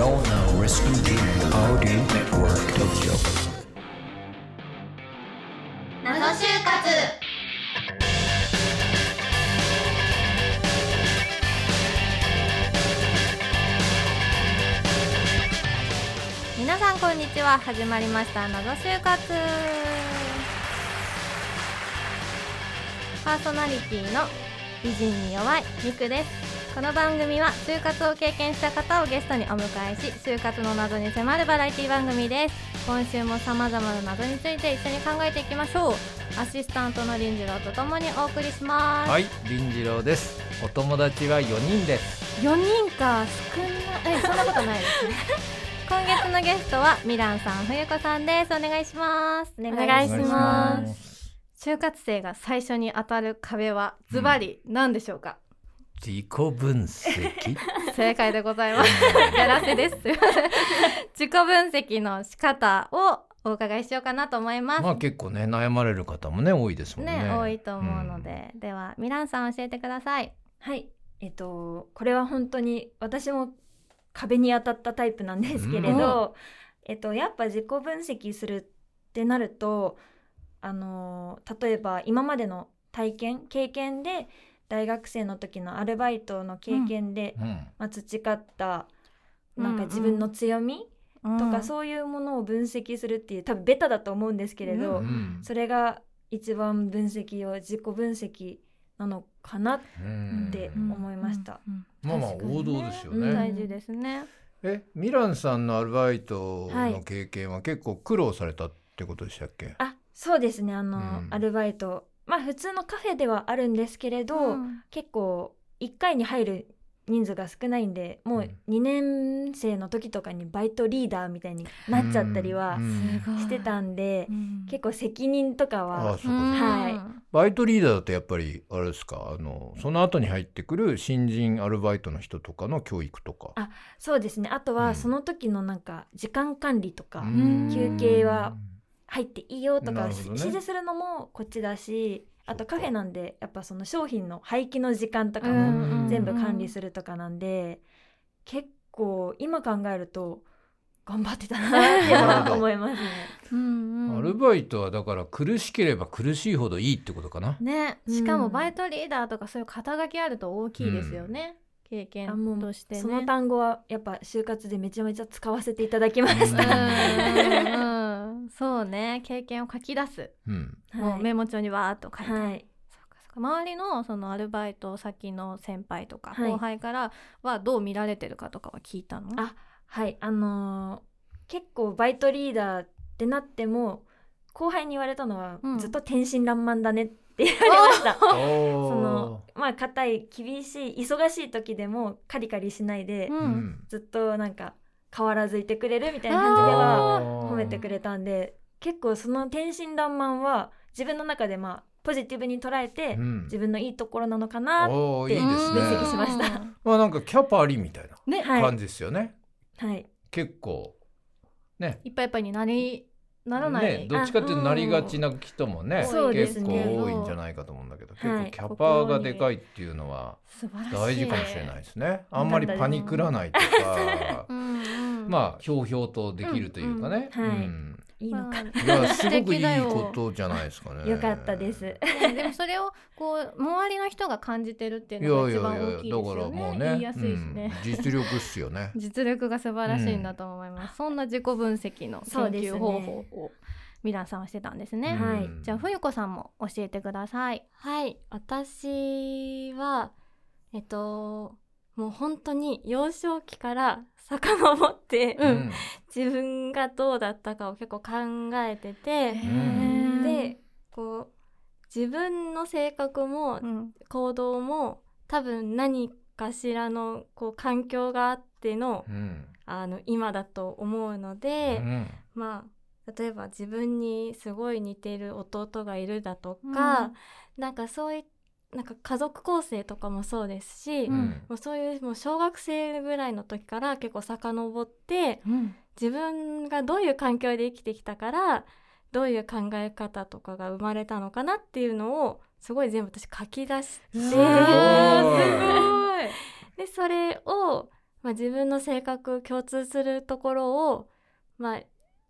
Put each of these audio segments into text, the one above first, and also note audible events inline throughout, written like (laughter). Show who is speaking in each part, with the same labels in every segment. Speaker 1: all now rescue dream audio network tokyo
Speaker 2: 謎就活
Speaker 3: 皆さんこんにちは始まりました謎就活パーソナリティの美人に弱いミクですこの番組は就活を経験した方をゲストにお迎えし就活の謎に迫るバラエティ番組です今週も様々な謎について一緒に考えていきましょうアシスタントの林次郎とともにお送りします、
Speaker 4: はい、林次郎です。お友達は4人です。。
Speaker 3: 4人か少ないえそんなことないですね今月のゲストはミランさん冬子さんですお願いしますお
Speaker 2: 願いします
Speaker 3: 就活生が最初に当たる壁はズバリ何でしょうか、
Speaker 4: 自己分析。
Speaker 3: 正解でございますやらせですすいません自己分析の仕方をお伺いしようかなと思います、
Speaker 4: (laughs) まあ結構ね悩まれる方もね多いですもんね。
Speaker 3: ね多いと思うので、ではミランさん教えてください
Speaker 5: はい、えっと、これは本当に私も壁に当たったタイプなんですけれど、えっと、やっぱ自己分析するってなるとあの例えば今までの体験経験で大学生の時のアルバイトの経験で、
Speaker 4: うん。うん
Speaker 5: まあ、培った
Speaker 3: うん
Speaker 5: なんか自分の強み
Speaker 3: と
Speaker 5: とか、そういうものを分析するっていう多分ベタだと思うんですけれど、
Speaker 3: うん
Speaker 5: それが一番分析を自己分析なのかなっ
Speaker 4: うん
Speaker 5: って思いました。
Speaker 3: うん
Speaker 4: まあまあ
Speaker 3: 確かにね
Speaker 4: 王道ですよ
Speaker 5: う
Speaker 3: うん
Speaker 4: ね。
Speaker 3: 大事ですね、
Speaker 4: え、ミランさんのアルバイトの経験は結構苦労されたってことでしたっけ？
Speaker 5: あそうですねあの、
Speaker 4: うん
Speaker 5: アルバイトまあ普通のカフェではあるんですけれど、
Speaker 3: ん
Speaker 5: 結構1回に入る人数が少ないんでもううん2年生の時とかにバイトリーダーみたいになっちゃったりは
Speaker 4: うん
Speaker 3: すごい
Speaker 5: してたんで、結構責任とか
Speaker 4: ああ、
Speaker 5: は
Speaker 4: そうか。
Speaker 5: は
Speaker 4: バイトリーダーだとやっぱりあれですか。あのその後に入ってくる新人アルバイトの人とかの教育とか。
Speaker 5: そうですねあと
Speaker 4: う
Speaker 5: は
Speaker 4: ん
Speaker 5: その時のなんか時間管理とか、
Speaker 4: うん
Speaker 5: 休憩は入っていいよと
Speaker 4: な
Speaker 5: か、
Speaker 4: るほどね
Speaker 5: 指示するのもこっちだしあ
Speaker 4: そ
Speaker 5: と
Speaker 4: っか
Speaker 5: カフェなんでやっぱその商品の廃棄の時間とか
Speaker 4: う
Speaker 5: も
Speaker 4: ん
Speaker 5: 全部管理
Speaker 3: る、
Speaker 5: するとかなんで、結構今考えると頑張ってた (laughs) なって思いますね。
Speaker 3: うんうん
Speaker 4: アルバイトはだから苦しければ苦しいほどいいってことかな。
Speaker 3: ね、
Speaker 5: うん
Speaker 3: しかもバイトリーダーとかそういう肩書きあると大きいですよね、経験
Speaker 5: あもう
Speaker 3: としてね。
Speaker 5: その単語はやっぱ就活でめちゃめちゃ使わせていただきま
Speaker 4: う
Speaker 5: し
Speaker 4: ん
Speaker 5: た。
Speaker 3: うんうんうんそうね経験を書き出す、
Speaker 4: うん。
Speaker 3: も
Speaker 5: (laughs) は
Speaker 3: う
Speaker 5: い
Speaker 3: メモ帳にわーっと書いて、
Speaker 5: はい、
Speaker 3: そうかそうか周りのそのアルバイト先の先輩とか
Speaker 5: はい
Speaker 3: 後輩からはどう見られてるかとかは聞いたの、
Speaker 5: あはい、あのー結構バイトリーダーってなっても後輩に言われたのは、
Speaker 3: うん
Speaker 5: ずっと天真爛漫だねって言われま (laughs) した。
Speaker 4: そ
Speaker 5: そのまあ硬い厳しい忙しい時でもカリカリしないで、
Speaker 3: うん
Speaker 4: うん。
Speaker 5: ずっとなんか変わらずいてくれるみたいな感じでは
Speaker 3: あ
Speaker 5: 褒めてく
Speaker 4: れ。
Speaker 5: れたんで結構その天真爛漫は自分の中でまあポジティブに捉えて、
Speaker 4: うん
Speaker 5: 自分のいいところなのかなは
Speaker 4: おおいいです
Speaker 5: 分析し
Speaker 4: ね。
Speaker 5: ました
Speaker 3: うん
Speaker 4: まあなんかキャパありみたい
Speaker 5: ね
Speaker 4: な
Speaker 5: は
Speaker 4: 感
Speaker 5: い、
Speaker 4: じですよね。
Speaker 5: はい、
Speaker 4: 結構ね。
Speaker 3: いっぱいいっぱいになりならない、
Speaker 4: ねどっちかっていうとなりがちな人もね
Speaker 3: あそうです
Speaker 4: 結構
Speaker 3: ね
Speaker 4: 多いんじゃないかと思うんだけど、結
Speaker 5: はい
Speaker 4: 構キャパがでかいっていうのは
Speaker 3: 素晴らしい
Speaker 4: 大事かもしれないですね。あんまりパニクらないとか
Speaker 3: う、んうん
Speaker 4: まあひょうひょうとできるというかね。
Speaker 5: うんうんはい
Speaker 4: うん
Speaker 5: いいのか、
Speaker 4: いやすごくいいことじゃないですかね。
Speaker 5: (laughs) よかったです。
Speaker 3: ねでもそれをこう周りの人が感じてるってい
Speaker 4: いうやい
Speaker 3: の
Speaker 4: や
Speaker 3: が
Speaker 4: い
Speaker 3: 一
Speaker 4: やだ
Speaker 3: 番
Speaker 4: から
Speaker 3: 大きいですよね
Speaker 4: も
Speaker 3: 言
Speaker 4: うね
Speaker 3: いやすいしね、。
Speaker 4: うん実力っすよ
Speaker 2: (laughs)
Speaker 4: ね
Speaker 3: 実力が素晴らしいんだと思います、そんな自己分析の研
Speaker 5: そうです
Speaker 3: 究
Speaker 5: ね
Speaker 3: 方法をミランさんはしてたんですね
Speaker 4: うん
Speaker 5: はい
Speaker 3: じゃあ冬子さんも教えてください
Speaker 2: はい私はえっともう本当に幼少期から遡って、
Speaker 3: う
Speaker 4: うん
Speaker 2: 自分がどうだったかを結構考えてて
Speaker 4: ん
Speaker 2: でこう自分の性格も
Speaker 3: うん
Speaker 2: 行動も多分何かしらのこう環境があっての
Speaker 4: うん
Speaker 2: あの今だと思うので、
Speaker 4: うん
Speaker 2: まあ例えば自分にすごい似てる弟がいるだとか、なんかそういうなんか家族構成とかもそうですし、
Speaker 4: う
Speaker 3: うん
Speaker 4: ん
Speaker 2: もうそういうもう小学生ぐらいの時から結構遡って
Speaker 3: うん
Speaker 2: 自分がどういう環境で生きてきたからどういう考え方とかが生まれたのかなっていうのをすご
Speaker 5: (laughs)
Speaker 2: い全部私書き出して
Speaker 4: ごい
Speaker 3: すごい
Speaker 2: でそれをまあ、自分の性格共通するところを、まあ、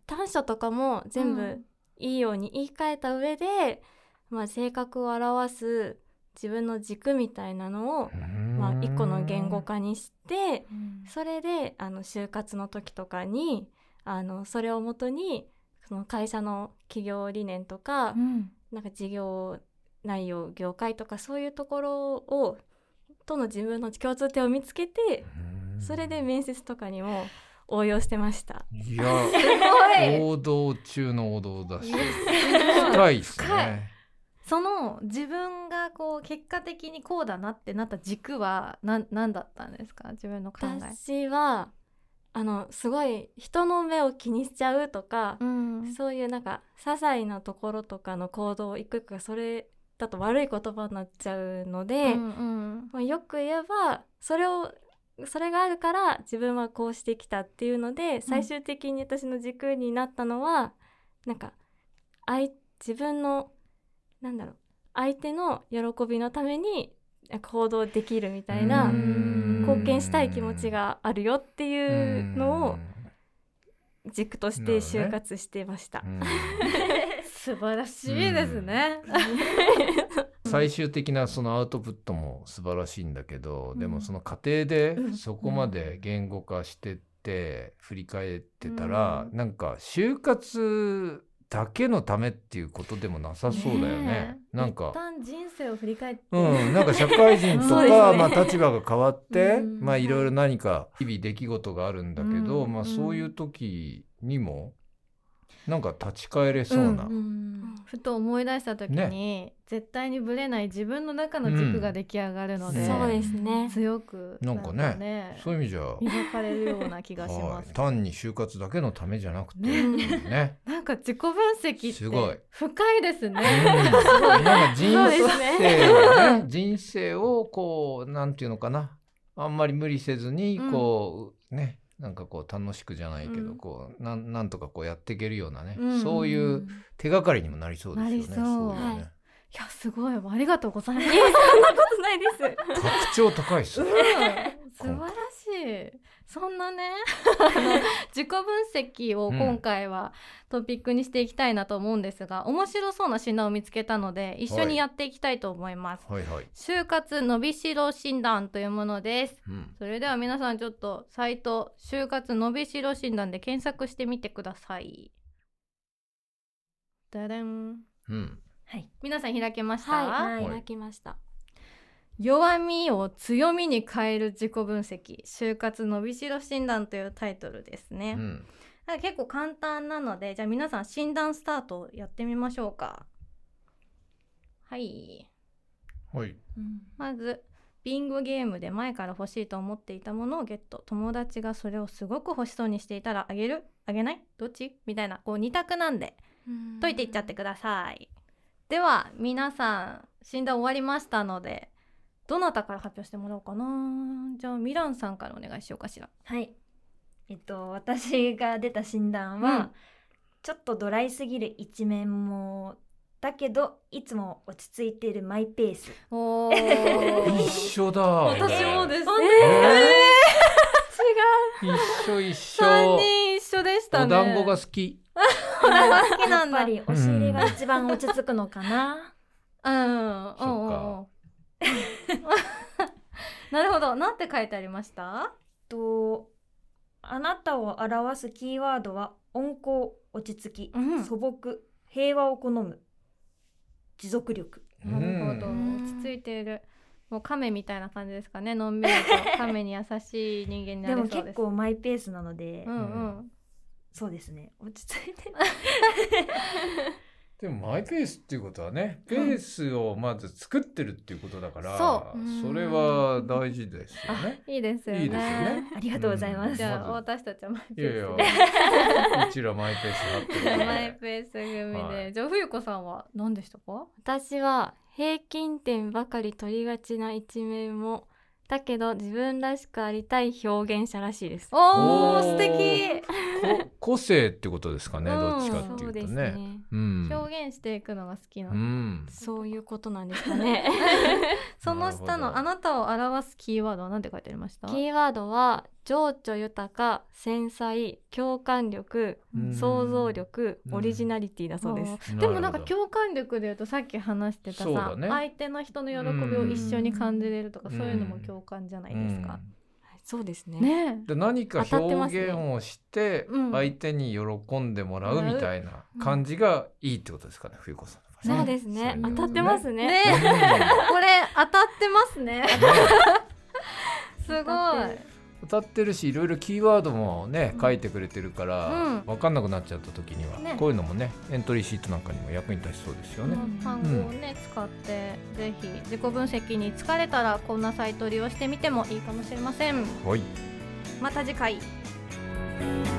Speaker 2: 短所とかも全
Speaker 5: う
Speaker 2: 部
Speaker 5: ん
Speaker 2: いいように言い換えた上で、まあ、性格を表す自分の軸みたいなのを、まあ、一個の言語化にしてそれであの就活の時とかにあのそれをもとにその会社の企業理念とか、
Speaker 5: うん
Speaker 2: なんか事業内容業界とかそういうところをとの自分の共通点を見つけて
Speaker 4: うん
Speaker 2: それで面接とかにも応用してました。
Speaker 4: い
Speaker 2: (laughs)
Speaker 4: や王道中の王道だし深いですね
Speaker 3: その自分がこう結果的にこうだなってなった軸はなんなんだったんですか自分の考え。
Speaker 2: 私はあのすごい人の目を気にしちゃうとか、
Speaker 3: うん
Speaker 2: そういうなんか些細なところとかの行動をいくいくがそれだと悪い言葉になっちゃうので、
Speaker 3: うん
Speaker 2: まあ、よく言えばそれをそれがあるから自分はこうしてきたっていうので最終的に私の軸になったのは、なんかあい自分のなんだろう相手の喜びのためになんか行動できるみたいな
Speaker 4: うん
Speaker 2: 貢献したい気持ちがあるよっていうのを軸として就活してました
Speaker 4: う。ん
Speaker 3: 素晴らしいですね。
Speaker 4: 最終的なそのアウトプットも素晴らしいんだけど、
Speaker 5: うん
Speaker 4: でもその過程で
Speaker 3: うん
Speaker 4: そこまで言語化してって振り返ってたら、なんか就活だけのためっていうことでもなさそうだよね。
Speaker 3: え
Speaker 4: なん
Speaker 3: 一
Speaker 4: か
Speaker 3: 旦人生を振り返って。
Speaker 4: うん、なんか社会人とか、
Speaker 2: そうですね
Speaker 4: まあ立場が変わって、
Speaker 3: うん
Speaker 4: まあいろいろ何か日々出来事があるんだけど、
Speaker 3: うん
Speaker 4: まあそういう時にもなんか立ち返れそうな、
Speaker 2: うん
Speaker 3: ふと思い出した時に、絶対にぶれない自分の中の軸が出来上がるので、
Speaker 4: うん
Speaker 2: そうです
Speaker 3: (laughs)
Speaker 2: ね
Speaker 3: 強く
Speaker 4: なんかね
Speaker 3: ね
Speaker 4: そういう意味じゃ
Speaker 3: 磨かれるような気がし
Speaker 4: は
Speaker 3: ます
Speaker 4: い、。単に就活だけのためじゃなくて
Speaker 3: ね
Speaker 4: (laughs)
Speaker 3: (laughs)
Speaker 4: ね。
Speaker 3: なんか自己分析
Speaker 4: すご
Speaker 3: っ
Speaker 4: い
Speaker 3: て深いです
Speaker 4: うん
Speaker 3: ね。
Speaker 4: なんか人
Speaker 2: そう
Speaker 4: 生
Speaker 2: で
Speaker 4: を
Speaker 2: すね
Speaker 4: ね、人生をこうなんていうのかなあんまり無理せずに
Speaker 3: うん
Speaker 4: こう、ねなんかこう楽しくじゃないけど、
Speaker 3: うん
Speaker 4: こうなんなんとかこうやっていけるようなね、
Speaker 3: うん
Speaker 4: そういう手がかりにもなりそうですよね。
Speaker 3: なりそう
Speaker 4: いのね
Speaker 2: はい
Speaker 3: いやすごいありがとうございます。
Speaker 2: そんな (laughs) ことないです。
Speaker 4: 格調高いっ
Speaker 3: (laughs)
Speaker 4: すね。
Speaker 3: うん素晴らしいそんな
Speaker 2: (laughs)
Speaker 3: ねあの自己分析を今回はトピックにしていきたいなと思うんですが、面白そうな診断を見つけたので一緒にやっていきたいと思います、
Speaker 4: はいはい。
Speaker 3: 就活伸びしろ診断というものです
Speaker 4: うん、
Speaker 3: それでは皆さんちょっとサイト就活伸びしろ診断で検索してみてくださいだれん
Speaker 4: うん、
Speaker 5: はい
Speaker 3: 皆さん開けました、
Speaker 2: はい、
Speaker 4: い
Speaker 2: いただきました。
Speaker 3: 弱みを強みに変える自己分析就活伸びしろ診断というタイトルです
Speaker 4: う
Speaker 3: ね、
Speaker 4: ん、
Speaker 3: なんか結構簡単なのでじゃあ皆さん診断スタートやってみましょうかはい
Speaker 4: はい。
Speaker 3: まずビンゴゲームで前から欲しいと思っていたものをゲット友達がそれをすごく欲しそうにしていたらあげるあげないどっちみたいなこう二択なんで解いていっちゃってくださいでは皆さん診断終わりましたのでどなたから発表してもらおうかなじゃあミランさんからお願いしようかしら
Speaker 5: はいえっと私が出た診断は、
Speaker 3: うん
Speaker 5: ちょっとドライすぎる一面もだけどいつも落ち着いているマイペース
Speaker 3: お
Speaker 4: 一 (laughs) 緒だ。私
Speaker 3: です
Speaker 4: えー、一緒
Speaker 3: 3
Speaker 4: 一緒。
Speaker 3: 人一緒でし
Speaker 4: お
Speaker 3: たね
Speaker 4: 団子が好き。
Speaker 3: お団子好きなん
Speaker 5: やっぱ
Speaker 3: だ
Speaker 5: り押し入れが一番落ち着くのかな、
Speaker 3: うんうんうんうん (laughs) なるほどなんて書いてありました
Speaker 5: とあなたを表すキーワードは温厚落ち着き、
Speaker 3: うん
Speaker 5: 素朴平和を好む持続力
Speaker 3: なるほど、
Speaker 2: うん
Speaker 3: 落ち着いているもう亀みたいな感じですかねのんびりと亀に優しい人間になれ
Speaker 5: で
Speaker 3: そ
Speaker 5: も
Speaker 3: うです
Speaker 5: 結構マイペースなので、
Speaker 3: うんうん
Speaker 5: そうですね落ち着いて
Speaker 4: でもマイペースっていうことはねペースをまず作ってるっていうことだから、
Speaker 3: そう
Speaker 2: うん
Speaker 4: それは大事ですよね。
Speaker 3: いいですよね
Speaker 4: いいですよね。
Speaker 5: (laughs) ありがとうございます
Speaker 3: じゃあ、
Speaker 4: ま
Speaker 3: 私たちはマイ
Speaker 4: ず
Speaker 3: ペ
Speaker 4: いやい
Speaker 3: ー
Speaker 4: やうちらマイペースだってる
Speaker 3: ス
Speaker 4: から
Speaker 3: でマイペース組で、
Speaker 4: はい
Speaker 3: じゃあ冬子さんは何でしたか
Speaker 2: 私は平均点ばかり取りがちな一面もだけど自分らしくありたい表現者らしいです。
Speaker 3: おー
Speaker 4: おー
Speaker 3: 素敵
Speaker 4: こ個性ってことですかね
Speaker 3: うん
Speaker 4: どっちかってい
Speaker 2: そ
Speaker 4: ううと
Speaker 2: です
Speaker 4: ね。
Speaker 2: ね。
Speaker 4: ううん
Speaker 3: 表現していくのが好きな
Speaker 4: う
Speaker 3: の、
Speaker 4: ん
Speaker 2: そういうことなんです
Speaker 4: (laughs)
Speaker 2: かね。
Speaker 3: その下
Speaker 4: なるほど
Speaker 3: のあなたを表すキーワードは何て書いてありました
Speaker 2: キーワードは情緒豊か、繊細、共感力、
Speaker 4: うん
Speaker 2: 想像力、
Speaker 4: うん
Speaker 2: オリジナリティだそうです。
Speaker 3: あーでもなんか
Speaker 4: なるほど
Speaker 3: 共感力で言うとさっき話してた
Speaker 4: そう
Speaker 3: さ、
Speaker 4: だね
Speaker 3: 相手の人の喜びを一緒に感じれるとか、
Speaker 4: うん
Speaker 3: そういうのも共感じゃないですか。
Speaker 2: はいそうですね。
Speaker 3: ねえ
Speaker 4: で何か
Speaker 2: 当たってます
Speaker 4: 表
Speaker 2: ね
Speaker 4: 現をして
Speaker 3: うん
Speaker 4: 相手に喜んでもらうみたいな感じがいいってことですかね冬子さんの場合
Speaker 2: そ
Speaker 4: ね
Speaker 2: うですね。
Speaker 4: そういう
Speaker 2: 当
Speaker 4: の
Speaker 2: たってますね。
Speaker 3: ねえこれ当たってますね。 (laughs) すごい。
Speaker 4: 歌ってるしいろいろキーワードもね書いてくれてるから、
Speaker 3: うん
Speaker 4: 分かんなくなっちゃった時には、
Speaker 3: ね
Speaker 4: こういうのもねエントリーシートなんかにも役に立ちそうですよ
Speaker 3: こ
Speaker 4: ね。
Speaker 3: の単語をね、使ってぜひ自己分析に疲れたらこんなサイトを利用してみてもいいかもしれません。
Speaker 4: はい
Speaker 3: また次回。
Speaker 1: 「